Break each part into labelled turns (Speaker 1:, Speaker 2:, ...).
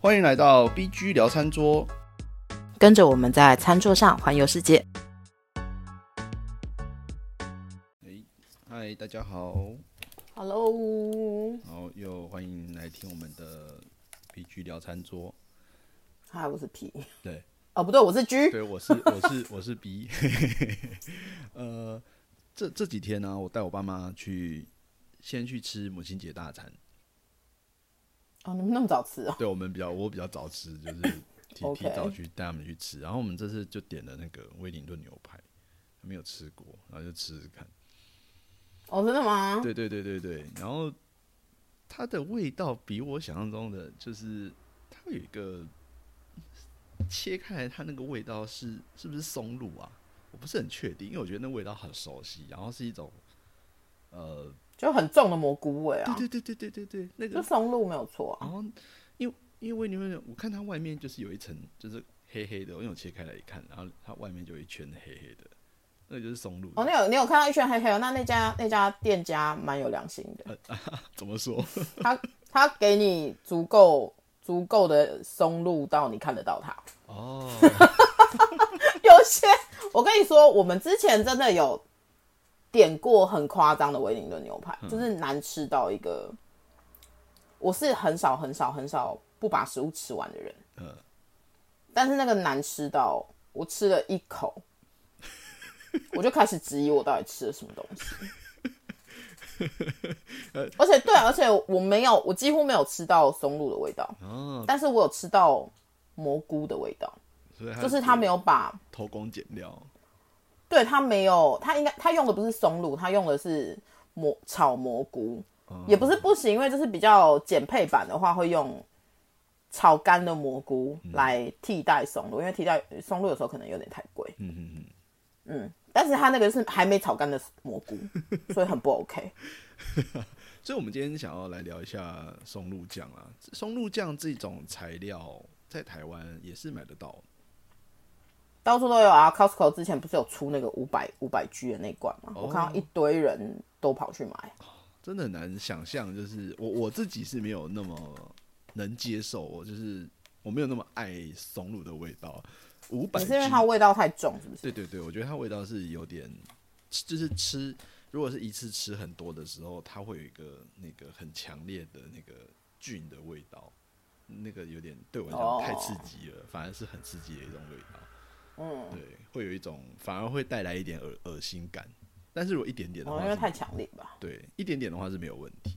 Speaker 1: 欢迎来到 BG 聊餐桌。
Speaker 2: 跟着我们在餐桌上环游世界。
Speaker 1: 嗨，大家好，
Speaker 2: Hello，
Speaker 1: 好又欢迎来听我们的 BG 聊餐桌。
Speaker 2: 嗨，啊我是 P，
Speaker 1: 对，
Speaker 2: 哦不对，我是 G，
Speaker 1: 对，我是 我是我是 B。呃，这这几天呢、我带我爸妈去，先去吃母亲节大餐。
Speaker 2: 哦，你们那么早吃哦？
Speaker 1: 对我们比较，我比较早吃，就是提
Speaker 2: OK
Speaker 1: 提早去带他们去吃。然后我们这次就点了那个威灵顿牛排，没有吃过，然后就吃吃看。
Speaker 2: 哦，真的吗？
Speaker 1: 对对对对对，然后它的味道比我想象中的，就是它有一个切开来，它那个味道是是不是松露啊？我不是很确定，因为我觉得那味道很熟悉，然后是一种呃，
Speaker 2: 就很重的蘑菇味啊，
Speaker 1: 对对对对对对对，那
Speaker 2: 就
Speaker 1: 个，
Speaker 2: 松露没有错啊。
Speaker 1: 然后因为因为你们我看它外面就是有一层就是黑黑的，因为我切开来一看，然后它外面就有一圈黑黑的，那个就是松露。
Speaker 2: 哦，你有你有看到一圈黑黑哦？那那家那家店家蛮有良心
Speaker 1: 呃
Speaker 2: 的，
Speaker 1: 怎么说？
Speaker 2: 他他给你足够足够的松露到你看得到它。
Speaker 1: 哦，
Speaker 2: 有些我跟你说，我们之前真的有点过很夸张的威灵顿牛排，就是难吃到一个，我是很少很少很少不把食物吃完的人，
Speaker 1: 呃，
Speaker 2: 但是那个难吃到我吃了一口，我就开始质疑我到底吃了什么东西。而且对啊，而且我没有，我几乎没有吃到松露的味道，
Speaker 1: 哦，
Speaker 2: 但是我有吃到蘑菇的味道，
Speaker 1: 所以
Speaker 2: 就是他没有把
Speaker 1: 偷工减料。
Speaker 2: 对他没有，他应该他用的不是松露，他用的是蘑炒蘑菇，
Speaker 1: 哦
Speaker 2: 也不是不行，因为这是比较减配版的话，会用炒干的蘑菇
Speaker 1: 嗯
Speaker 2: 来替代松露，因为替代松露有时候可能有点太贵，
Speaker 1: 嗯嗯嗯。
Speaker 2: 但是他那个是还没炒干的蘑菇，所以很不 OK。
Speaker 1: 所以，我们今天想要来聊一下松露酱啊。松露酱这种材料在台湾也是买得到，
Speaker 2: 到处都有啊，Costco 之前不是有出那个五百五百 G 的那罐吗？我看到
Speaker 1: 哦
Speaker 2: 一堆人都跑去买，
Speaker 1: 真的很难想象。就是我我自己是没有那么能接受，我就是我没有那么爱松露的味道。五百
Speaker 2: 你是因为它味道太重，是不是？
Speaker 1: 对对对，我觉得它味道是有点，就是吃如果是一次吃很多的时候，它会有一个那个很强烈的那个菌的味道，那个有点对我来讲
Speaker 2: 哦
Speaker 1: 太刺激了，反而是很刺激的一种味道。
Speaker 2: 嗯，
Speaker 1: 对，会有一种反而会带来一点恶恶心感。但是如果一点点的
Speaker 2: 哦，
Speaker 1: 话
Speaker 2: 因
Speaker 1: 是
Speaker 2: 为太强烈吧。
Speaker 1: 对，一点点的话是没有问题。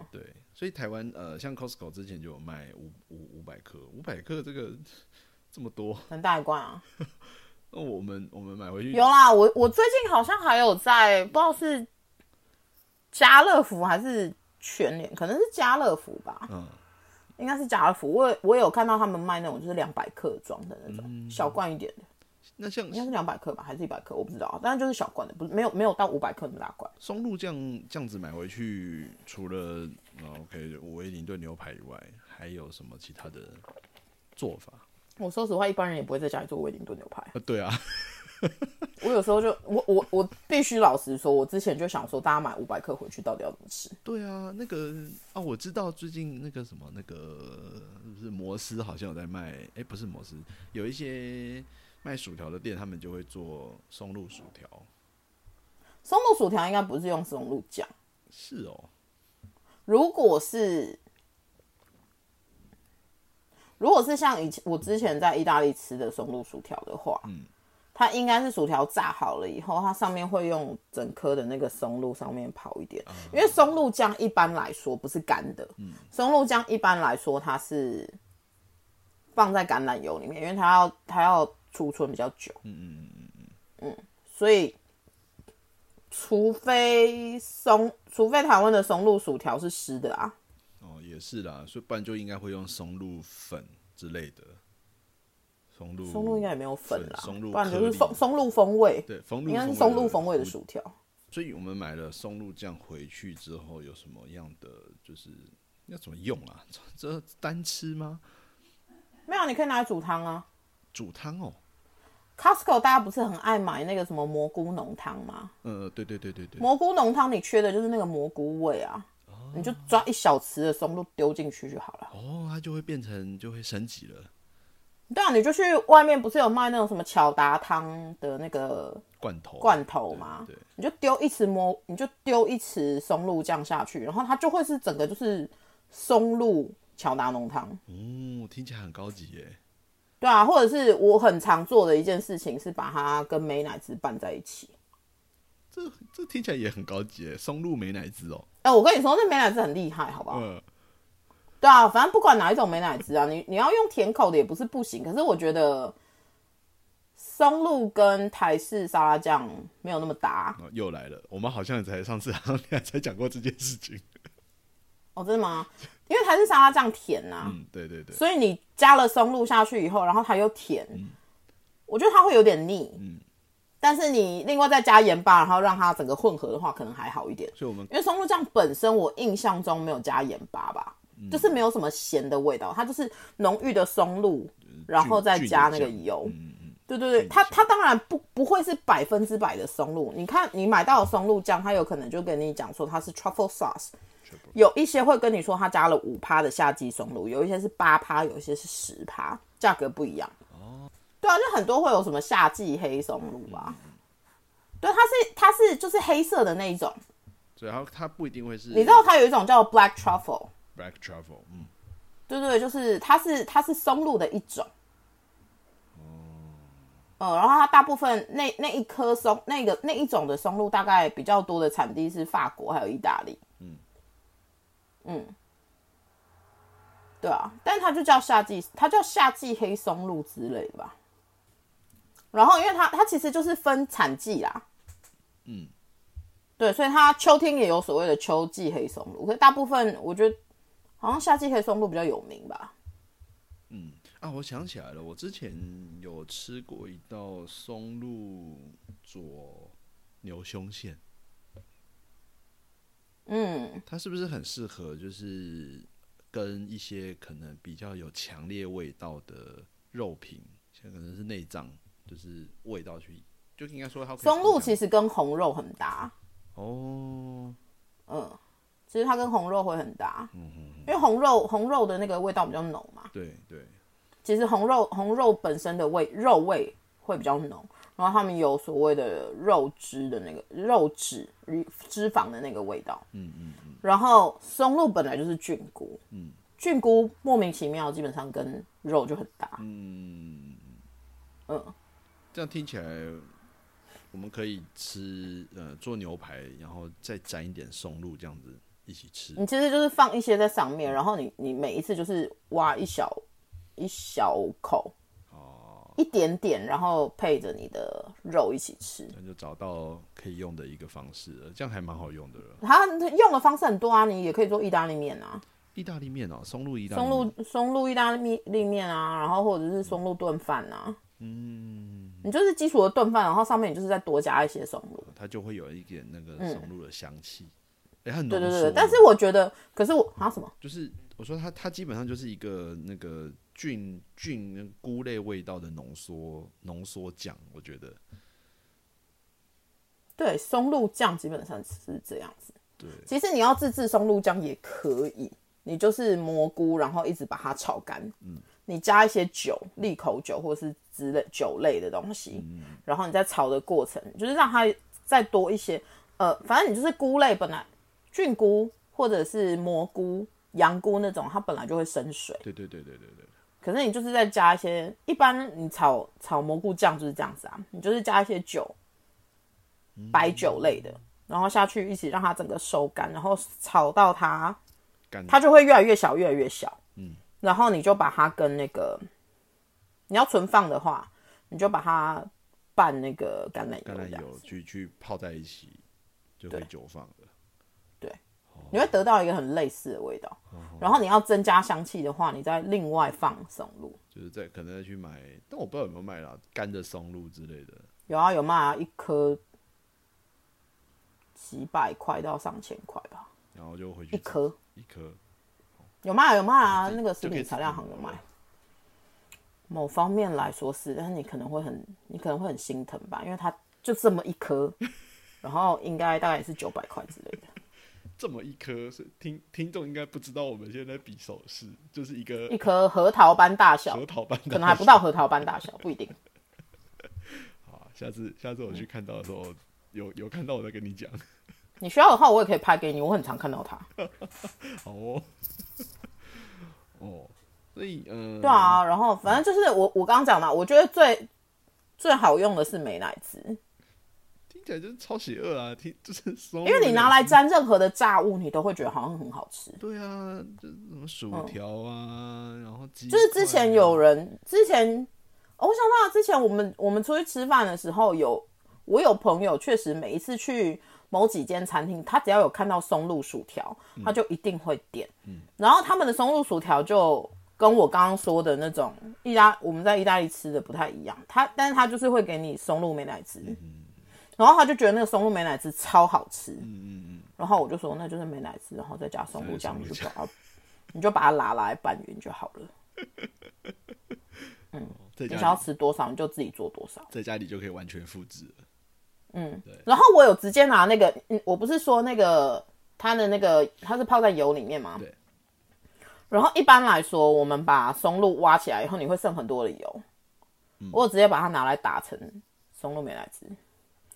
Speaker 1: 对，所以台湾呃，像 Costco 之前就有卖五五五百克，五百克这个 这么多，
Speaker 2: 很大一罐啊！
Speaker 1: 那我们我们买回去
Speaker 2: 有啦，我我最近好像还有在，不知道是家乐福还是全联，可能是家乐福吧，
Speaker 1: 嗯，
Speaker 2: 应该是家乐福。我有我有看到他们卖那种就是两百克装的那种、小罐一点的，
Speaker 1: 那像
Speaker 2: 应该是两百克吧，还是一百克，我不知道，但是就是小罐的，不是没有没有到五百克那么大罐。
Speaker 1: 松露酱这样子买回去，除了呃 OK 威灵顿牛排以外，还有什么其他的做法？
Speaker 2: 我说实话，一般人也不会在家里做威灵顿牛排。
Speaker 1: 啊，对啊，
Speaker 2: 我有时候就我我我必须老实说，我之前就想说，大家买五百克回去到底要怎么吃？
Speaker 1: 对啊，那个啊，我知道最近那个什么那个是不是摩斯好像有在卖？哎、不是摩斯，有一些卖薯条的店，他们就会做松露薯条。
Speaker 2: 松露薯条应该不是用松露酱。
Speaker 1: 是哦，
Speaker 2: 如果是如果是像以前我之前在意大利吃的松露薯条的话，嗯，它应该是薯条炸好了以后，它上面会用整颗的那个松露上面刨一点，因为松露酱一般来说不是干的，啊嗯，松露酱一般来说它是放在橄榄油里面，因为它要它要储存比较久，嗯嗯嗯嗯嗯，所以除非松，除非台湾的松露薯条是湿的啊，
Speaker 1: 哦也是啦，所以不然就应该会用松露粉之类的。松露
Speaker 2: 松露应该也没有粉啦，
Speaker 1: 松露
Speaker 2: 不然就是
Speaker 1: 颗
Speaker 2: 松
Speaker 1: 粒
Speaker 2: 松露风味，
Speaker 1: 对，松露
Speaker 2: 应该是
Speaker 1: 风
Speaker 2: 松
Speaker 1: 味
Speaker 2: 露
Speaker 1: 的
Speaker 2: 风味的
Speaker 1: 薯
Speaker 2: 薯条。
Speaker 1: 所以我们买了松露酱回去之后，有什么样的就是要怎么用啊？ 这这单吃吗？
Speaker 2: 没有，你可以拿来煮汤啊。
Speaker 1: 煮汤哦。
Speaker 2: Costco 大家不是很爱买那个什么蘑菇浓汤吗？
Speaker 1: 呃，对对对对对。
Speaker 2: 蘑菇浓汤你缺的就是那个蘑菇味啊。你就抓一小匙的松露丢进去就好了。
Speaker 1: 哦，它就会变成就会升级了，
Speaker 2: 对啊，你就去外面不是有卖那种什么巧达汤的那个
Speaker 1: 罐头
Speaker 2: 罐头吗？
Speaker 1: 对，对
Speaker 2: 你就丢一匙蘑，你就丢一匙松露酱下去，然后它就会是整个就是松露巧达浓汤。
Speaker 1: 哦，听起来很高级耶。
Speaker 2: 对啊，或者是我很常做的一件事情是把它跟美乃滋拌在一起。
Speaker 1: 这这听起来也很高级耶，松露美乃滋哦。
Speaker 2: 哎、我跟你说，那美乃滋很厉害，好不好？
Speaker 1: 嗯，
Speaker 2: 对啊，反正不管哪一种美乃滋啊，你你要用甜口的也不是不行。可是我觉得松露跟台式沙拉酱没有那么搭
Speaker 1: 哦又来了，我们好像才上次好像才讲过这件事情。
Speaker 2: 哦，真的吗？因为台式沙拉酱甜呐、
Speaker 1: 嗯，对对对，
Speaker 2: 啊所以你加了松露下去以后，然后它又甜，我觉得它会有点腻。
Speaker 1: 嗯
Speaker 2: 但是你另外再加盐巴，然后让它整个混合的话，可能还好一点。
Speaker 1: 所以我们
Speaker 2: 因为松露酱本身我印象中没有加盐巴吧，就是没有什么咸的味道，它就是浓郁的松露，然后再加那个油。
Speaker 1: 嗯嗯，
Speaker 2: 对对对，它它当然不不会是百分之百的松露。你看你买到的松露酱，它有可能就跟你讲说它是 truffle sauce，有一些会跟你说它加了五趴的夏季松露，有一些是八趴，有一些是十趴，价格不一样。哦，对啊，就很多会有什么夏季黑松露啊，对，它是它是就是黑色的那一种。
Speaker 1: 所以它它不一定会是
Speaker 2: 你知道它有一种叫 black truffle，
Speaker 1: black travel，嗯，
Speaker 2: 对对，就是它是它是松露的一种。呃，然后它大部分那那一颗松那个那一种的松露，大概比较多的产地是法国还有意大利。嗯对啊，但它就叫夏季，它叫夏季黑松露之类的吧。然后，因为它它其实就是分产季啦，
Speaker 1: 嗯，
Speaker 2: 对，所以它秋天也有所谓的秋季黑松露，可是大部分我觉得好像夏季黑松露比较有名吧。
Speaker 1: 啊，我想起来了，我之前有吃过一道松露佐牛胸腺，
Speaker 2: 嗯，
Speaker 1: 它是不是很适合就是跟一些可能比较有强烈味道的肉品，像可能是内脏，就是味道去，就应该说它可以
Speaker 2: 松露其
Speaker 1: 实
Speaker 2: 实跟红肉很搭，
Speaker 1: 哦，
Speaker 2: 嗯，其实它跟红肉会很搭，
Speaker 1: 嗯
Speaker 2: 因为红肉红肉的那个味道比较浓嘛。
Speaker 1: 对对，
Speaker 2: 其实红肉红肉本身的味肉味会比较浓，然后他们有所谓的肉汁的那个肉脂脂肪的那个味道，
Speaker 1: 嗯嗯嗯，
Speaker 2: 然后松露本来就是菌菇，
Speaker 1: 嗯
Speaker 2: 菌菇莫名其妙基本上跟肉就很搭，
Speaker 1: 嗯，
Speaker 2: 嗯，
Speaker 1: 这样听起来，我们可以吃呃做牛排，然后再沾一点松露，这样子一起吃。
Speaker 2: 你其实就是放一些在上面，然后你你每一次就是挖一小一小口，
Speaker 1: 哦，
Speaker 2: 一点点，然后配着你的肉一起吃。
Speaker 1: 那就找到可以用的一个方式了，这样还蛮好用的了。
Speaker 2: 它用的方式很多啊，你也可以做意大利面啊，
Speaker 1: 意大利面哦，松露意大利
Speaker 2: 松
Speaker 1: 面，
Speaker 2: 露松露意大利面啊，然后或者是松露炖饭啊，
Speaker 1: 嗯，
Speaker 2: 你就是基础的炖饭，然后上面你就是再多加一些松露。
Speaker 1: 它就会有一点那个松露的香气，哎、它很浓
Speaker 2: 嗯对对
Speaker 1: 缩的，
Speaker 2: 对但是我觉得，可是我啊什么？
Speaker 1: 就是我说它它基本上就是一个那个菌菌菇类味道的浓缩浓缩酱，我觉得
Speaker 2: 对，松露酱基本上是这样子。
Speaker 1: 对，
Speaker 2: 其实你要自制松露酱也可以，你就是蘑菇，然后一直把它炒干。你加一些酒，利口酒或是之类酒类的东西，然后你在炒的过程，就是让它再多一些。呃，反正你就是菇类本来菌菇或者是蘑菇、羊菇那种，它本来就会生水。
Speaker 1: 对对对对对对，
Speaker 2: 可是你就是再加一些，一般你炒炒蘑菇酱就是这样子啊，你就是加一些酒，白酒类的，然后下去一起让它整个收干，然后炒到它
Speaker 1: 干
Speaker 2: 它就会越来越小，越来越小。
Speaker 1: 嗯
Speaker 2: 嗯，然后你就把它跟那个你要存放的话，你就把它拌那个橄榄
Speaker 1: 橄榄
Speaker 2: 油这样
Speaker 1: 油
Speaker 2: 子，
Speaker 1: 去去泡在一起，就会
Speaker 2: 啊对
Speaker 1: 久放的。
Speaker 2: 你会得到一个很类似的味道。
Speaker 1: 哦
Speaker 2: 然后你要增加香气的话，你再另外放松露。
Speaker 1: 就是在可能再去买，但我不知道有没有卖啦，干的松露之类的。
Speaker 2: 有啊有卖啊，一颗几百块到上千块吧，
Speaker 1: 然后就回去
Speaker 2: 一颗
Speaker 1: 一颗，
Speaker 2: 有卖啊有卖啊，
Speaker 1: 就
Speaker 2: 那个
Speaker 1: 哦就
Speaker 2: 食
Speaker 1: 可以
Speaker 2: 品
Speaker 1: 自
Speaker 2: 材
Speaker 1: 己
Speaker 2: 料行
Speaker 1: 买
Speaker 2: 有卖
Speaker 1: 了。
Speaker 2: 某方面来说是，但是你可能会很，你可能会很心疼 吧，因为它就这么一颗，然后应该大概也是九百块之类的。
Speaker 1: 这么一颗，是听听众应该不知道我们现在比手势，就是一个
Speaker 2: 一颗核桃般大小，
Speaker 1: 核桃般的，
Speaker 2: 可能还不到核桃般大小，不一定。
Speaker 1: 好啊，下次下次我去看到的时候，有有看到我再跟你讲。
Speaker 2: 你需要的话，我也可以拍给你，我很常看到它。
Speaker 1: 嗯好哦， 哦，所以嗯，
Speaker 2: 对，啊，然后反正就是我我刚刚讲嘛，我觉得最最好用的是美乃滋，
Speaker 1: 听起来就是超邪恶啊，听就是因
Speaker 2: 因为你拿来沾任何的炸物，你都会觉得好像很好吃。
Speaker 1: 对啊，就是什么薯条啊，然后鸡、
Speaker 2: 嗯
Speaker 1: 啊
Speaker 2: 就是之前有，人，之前、哦我想到了之前我们我们出去吃饭的时候有，我有朋友确实每一次去某几间餐厅，他只要有看到松露薯条，他就一定会点。然后他们的松露薯条就跟我刚刚说的那种意大我们在意大利吃的不太一样，他但是他就是会给你松露美乃滋，然后他就觉得那个松露美乃滋超好吃。
Speaker 1: 嗯嗯
Speaker 2: 然后我就说那就是美乃滋，然后再加松露酱，
Speaker 1: 再加松露
Speaker 2: 你就
Speaker 1: 酱
Speaker 2: 把它，你就把它拉来拌匀就好了。
Speaker 1: 嗯，在
Speaker 2: 你想
Speaker 1: 家
Speaker 2: 要
Speaker 1: 里
Speaker 2: 吃多少你就自己做多少。
Speaker 1: 在家里就可以完全复制了。
Speaker 2: 然后我有直接拿那个，嗯，我不是说那个它的那个它是泡在油里面嘛？
Speaker 1: 对。
Speaker 2: 然后一般来说，我们把松露挖起来以后，你会剩很多的油。
Speaker 1: 嗯
Speaker 2: 我有直接把它拿来打成松露美乃滋，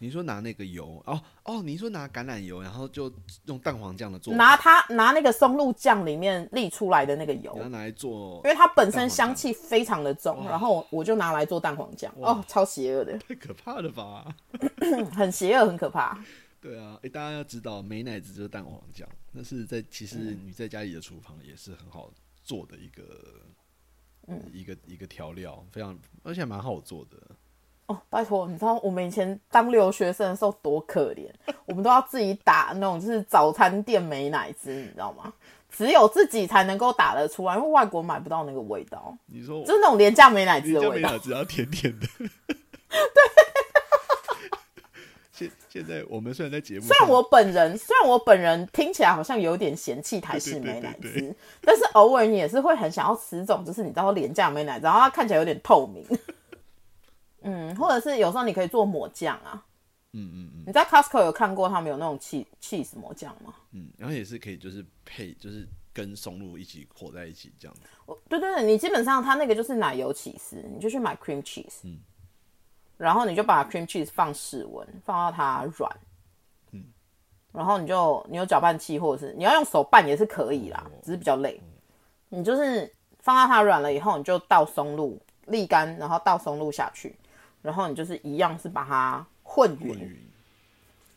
Speaker 1: 你说拿那个油哦哦，你说拿橄榄油，然后就用蛋黄酱的做法，
Speaker 2: 拿它拿那个松露酱里面沥出来的那个油
Speaker 1: 然，后拿来做
Speaker 2: 因为它本身香气非常的重，然后我就拿来做蛋黄酱，
Speaker 1: 嗯哇
Speaker 2: 哦，超邪恶的，
Speaker 1: 太可怕了吧？
Speaker 2: 嗯很邪恶，很可怕。
Speaker 1: 对啊，诶，大家要知道，美乃滋就是蛋黄酱，那是在其实
Speaker 2: 嗯
Speaker 1: 你在家里的厨房也是很好做的一个，嗯，一个一个调料，非常而且蛮好做的。
Speaker 2: 哦，拜托，你知道我们以前当留学生的时候多可怜，我们都要自己打那种就是早餐店美乃滋，你知道吗？只有自己才能够打得出来，因为外国买不到那个味道，
Speaker 1: 你说
Speaker 2: 就是那种廉价美乃
Speaker 1: 你
Speaker 2: 滋的
Speaker 1: 叫
Speaker 2: 味
Speaker 1: 美
Speaker 2: 道。
Speaker 1: 乃滋要甜甜的， 对。 现现在我们虽然在节目上，
Speaker 2: 虽然我本人虽然我本人听起来好像有点嫌弃台式美乃
Speaker 1: 对对对
Speaker 2: 滋，但是偶尔你也是会很想要吃这种，就是你知道廉价美乃滋，然后它看起来有点透明。 嗯，或者是有时候你可以做抹酱啊。
Speaker 1: 嗯嗯嗯
Speaker 2: 你在 Costco 有看过他们有那种 cheese cheese 抹酱吗？
Speaker 1: 嗯，然后也是可以就是配就是跟松露一起和在一起这样子。
Speaker 2: 我对对对，你基本上它那个就是奶油起司，你就去买 cream cheese，然后你就把 cream cheese 放室温，放到它软，然后你就你有搅拌器或者是你要用手拌也是可以啦，只是比较累。你就是放到它软了以后，你就倒松露沥干，然后倒松露下去，然后你就是一样是把它混匀，
Speaker 1: 混匀，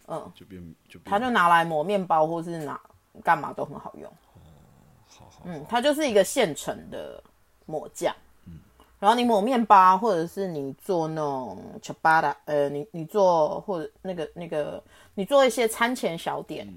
Speaker 2: 嗯，
Speaker 1: 就变就变，
Speaker 2: 它就拿来磨面包或是拿干嘛都很好用。
Speaker 1: 好好，
Speaker 2: 嗯，它就是一个现成的抹酱。然后你抹面包，或者是你做那种 c h a b a t a 呃，你你做或者那个那个，你做一些餐前小点，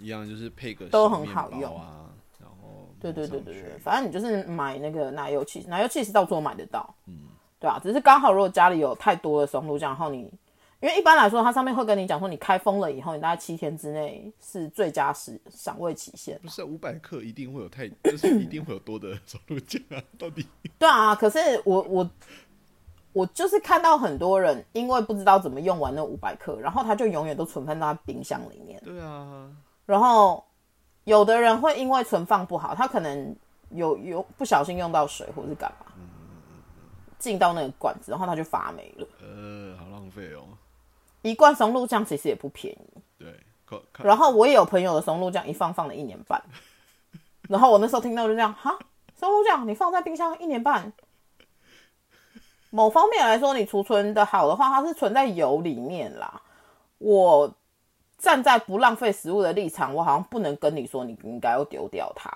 Speaker 1: 一样就是配个小
Speaker 2: 都很
Speaker 1: 面
Speaker 2: 好
Speaker 1: 包
Speaker 2: 用
Speaker 1: 啊，然后
Speaker 2: 对对对
Speaker 1: 抹
Speaker 2: 对
Speaker 1: 上
Speaker 2: 对，
Speaker 1: 去
Speaker 2: 反正你就是买那个奶油 cheese，奶油 cheese 到处都买得到，嗯，对啊，只是刚好如果家里有太多的松露酱，然后你，因为一般来说它上面会跟你讲说你开封了以后，你大概七天之内是最佳时赏味期限，
Speaker 1: 不是五百克一定会有太，就是一定会有多的松露酱啊，到 底
Speaker 2: 对啊，可是我我我就是看到很多人因为不知道怎么用完那五百克，然后他就永远都存放在冰箱里面。
Speaker 1: 对啊，
Speaker 2: 然后有的人会因为存放不好，他可能有有不小心用到水或是干嘛，进到那个罐子，然后它就发霉了。
Speaker 1: 呃，好浪费哦，
Speaker 2: 一罐松露酱其实也不便宜，
Speaker 1: 对，靠靠，
Speaker 2: 然后我也有朋友的松露酱一放放了一年半，然后我那时候听到就这样哈，松露酱你放在冰箱一年半，某方面来说你储存的好的话，它是存在油里面啦。我站在不浪费食物的立场，我好像不能跟你说你应该要丢掉它，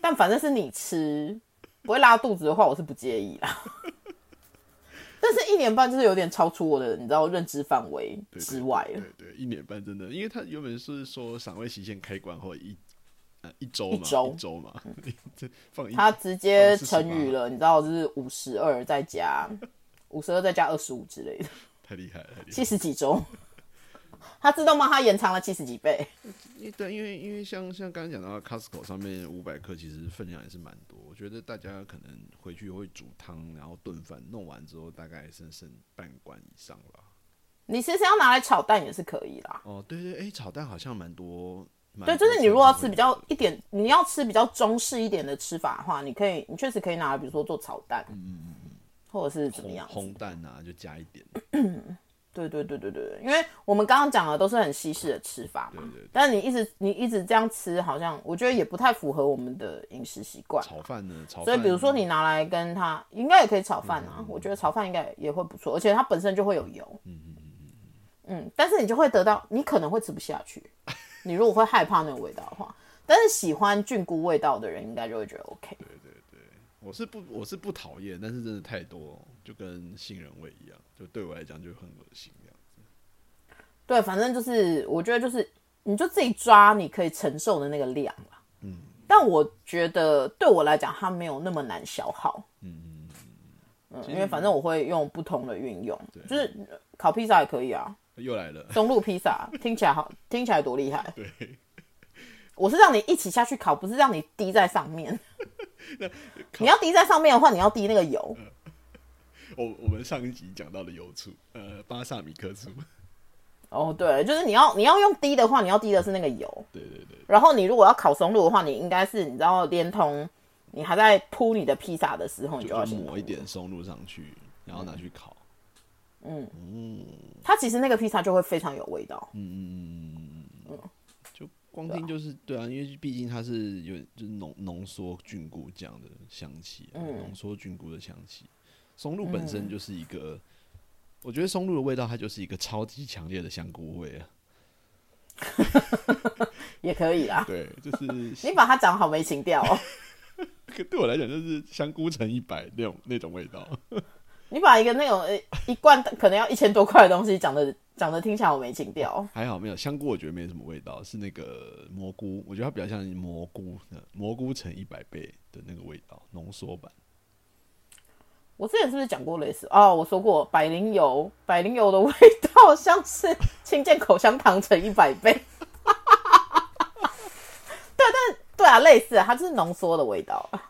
Speaker 2: 但反正是你吃，不会拉肚子的话，我是不介意啦。但是，一年半就是有点超出我的，你知道认知范围
Speaker 1: 对对
Speaker 2: 之外了。
Speaker 1: 对对，一年半真的，因为它原本是说赏味期限开关后一呃一周
Speaker 2: 一
Speaker 1: 嘛，
Speaker 2: 周嗯
Speaker 1: 一周嘛， 这放一
Speaker 2: 他直接成语了，你知道，就是五十二再加五十二再加二十五之类的，
Speaker 1: 太厉害了，太厉害了。
Speaker 2: 七十几周，他自动帮他延长了七十几倍。
Speaker 1: 因为对，因为因为像像刚刚讲到 Costco 上面五百克，其实分量也是蛮多。我觉得大家可能回去会煮汤，然后炖饭，弄完之后大概剩剩半罐以上吧。
Speaker 2: 你其实要拿来炒蛋也是可以啦，
Speaker 1: 哦，对对，哎，炒蛋好像蛮多蛮
Speaker 2: 对，
Speaker 1: 多
Speaker 2: 就是你如果要
Speaker 1: 菜
Speaker 2: 吃
Speaker 1: 会
Speaker 2: 比较一点，你要吃比较中式一点的吃法的话，你可以，你确实可以拿来，比如说做炒蛋，嗯嗯嗯，或者是怎么
Speaker 1: 红
Speaker 2: 样子。
Speaker 1: 红蛋啊，就加一点。
Speaker 2: 对对对对对对，因为我们刚刚讲的都是很西式的吃法嘛，
Speaker 1: 对对
Speaker 2: 但你一直你一直这样吃，好像我觉得也不太符合我们的饮食习惯。
Speaker 1: 炒饭呢，炒饭
Speaker 2: 所以比如说你拿来跟它，应该也可以炒饭啊，我觉得炒饭应该也会不错，而且它本身就会有油。嗯嗯嗯但是你就会得到，你可能会吃不下去， 你如果会害怕那个味道的话，但是喜欢菌菇味道的人应该就会觉得 OK。
Speaker 1: 我是不我是不讨厌，但是真的太多，就跟杏仁味一样，就对我来讲就很恶心这样。
Speaker 2: 对，反正就是我觉得就是你就自己抓你可以承受的那个量啦。嗯，但我觉得对我来讲，它没有那么难消耗。嗯嗯
Speaker 1: 其实
Speaker 2: 因为反正我会用不同的运用，
Speaker 1: 对
Speaker 2: 就是烤披萨也可以啊。
Speaker 1: 又来 了，
Speaker 2: 中路披萨听起来好，听起来多厉害。对，我是让你一起下去烤，不是让你滴在上面。 你要滴在上面的话，你要滴那个油。
Speaker 1: 我我们上一集讲到的油醋，呃，巴萨米克 醋，
Speaker 2: 哦，对，就是你要你要用滴的话，你要滴的是那个油。
Speaker 1: 对对对，
Speaker 2: 然后你如果要烤松露的话，你应该是你知道，连同你还在铺你的披萨的时候，你
Speaker 1: 就
Speaker 2: 要
Speaker 1: 就
Speaker 2: 先
Speaker 1: 抹一
Speaker 2: 铺。
Speaker 1: 点嗯松露上去，然后拿去烤。
Speaker 2: 它其实那个披萨就会非常有味道。
Speaker 1: 就光听就是对啊，因为毕竟它是有就是浓浓缩菌菇这样的香气、啊，浓缩、菌菇的香气。松露本身就是一个，我觉得松露的味道它就是一个超级强烈的香菇味啊。
Speaker 2: 也可以 啦。
Speaker 1: 对，就是
Speaker 2: 你把它讲好没情调哦，
Speaker 1: 对我来讲就是香菇乘一百那种那种味道。
Speaker 2: 你把一个那种呃一罐可能要一千多块的东西讲的讲的听起来好没情调哦。
Speaker 1: 还好没有香菇，我觉得没什么味道，是那个蘑菇，我觉得它比较像蘑菇的蘑菇乘一百倍的那个味道，浓缩版。
Speaker 2: 我之前是不是讲过类似？哦，我说过百灵油，百灵油的味道像是清健口香糖乘一百倍。 对，但对啊，类似啊，它就是浓缩的味道。啊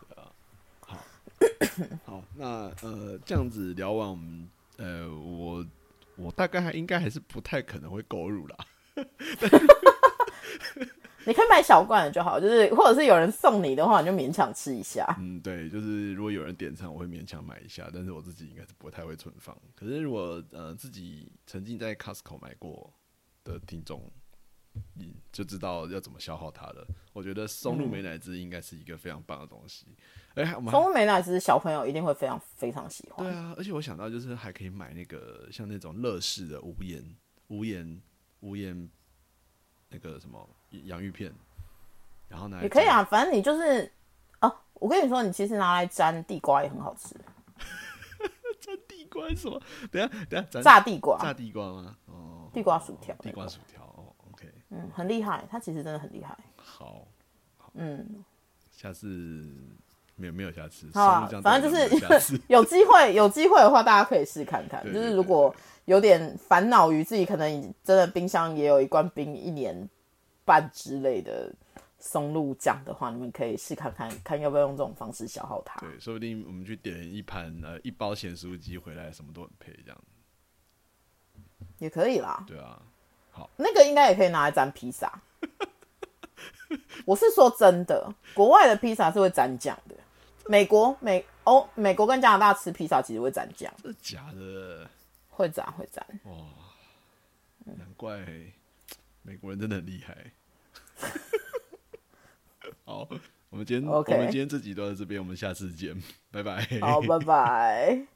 Speaker 1: 好，那呃，这样子聊完，我们呃，我我大概还应该还是不太可能会购入啦。
Speaker 2: 你可以买小罐的就好，就是或者是有人送你的话，你就勉强吃一下。
Speaker 1: 嗯，对，就是如果有人点餐，我会勉强买一下，但是我自己应该是不太会存放。可是如果呃自己曾经在 Costco 买过的听众，你就知道要怎么消耗它了。我觉得松露美乃滋应该是一个非常棒的东西。哎、还我们还
Speaker 2: 嗯松露美奶汁小朋友一定会非常非常喜欢。
Speaker 1: 对啊，而且我想到就是还可以买那个像那种乐事的无盐无盐无盐那个什么洋芋片，然后拿来
Speaker 2: 也可以
Speaker 1: 蘸
Speaker 2: 啊，反正你就是哦，我跟你说，你其实拿来沾地瓜也很好吃，
Speaker 1: 地瓜是什么？等一下等一下，咱
Speaker 2: 炸地瓜，
Speaker 1: 嗯炸地瓜吗？哦，
Speaker 2: 地瓜薯条
Speaker 1: 地瓜薯条。哦，OK，
Speaker 2: 嗯，很厉害，它其实真的很厉害。
Speaker 1: 好，嗯，下次没有没有下次，
Speaker 2: 好啊
Speaker 1: 松露酱
Speaker 2: 反正就
Speaker 1: 蛋
Speaker 2: 是
Speaker 1: 没有下 次
Speaker 2: 有机会，有机会的话，大家可以试看看。
Speaker 1: 对
Speaker 2: 就
Speaker 1: 对
Speaker 2: 是
Speaker 1: 对
Speaker 2: 如果有点烦恼于自己，可能已真的冰箱也有一罐冰一年半之类的松露酱的话，你们可以试看看，看要不要用这种方式消耗它。
Speaker 1: 对，说不定我们去点一盘呃一包咸酥鸡回来，什么都很配这样，
Speaker 2: 也可以啦，
Speaker 1: 对啊，
Speaker 2: 那个应该也可以拿来沾披萨。我是说真的，国外的披萨是会沾酱的。美国、美欧、美国跟加拿大吃披萨其实会沾酱，
Speaker 1: 真的假的？
Speaker 2: 会沾会沾。
Speaker 1: 哇，难怪美国人真的很厉害。 好，我们今天
Speaker 2: OK
Speaker 1: 我们今天这集都到这边，我们下次见，拜拜。
Speaker 2: 好，拜拜。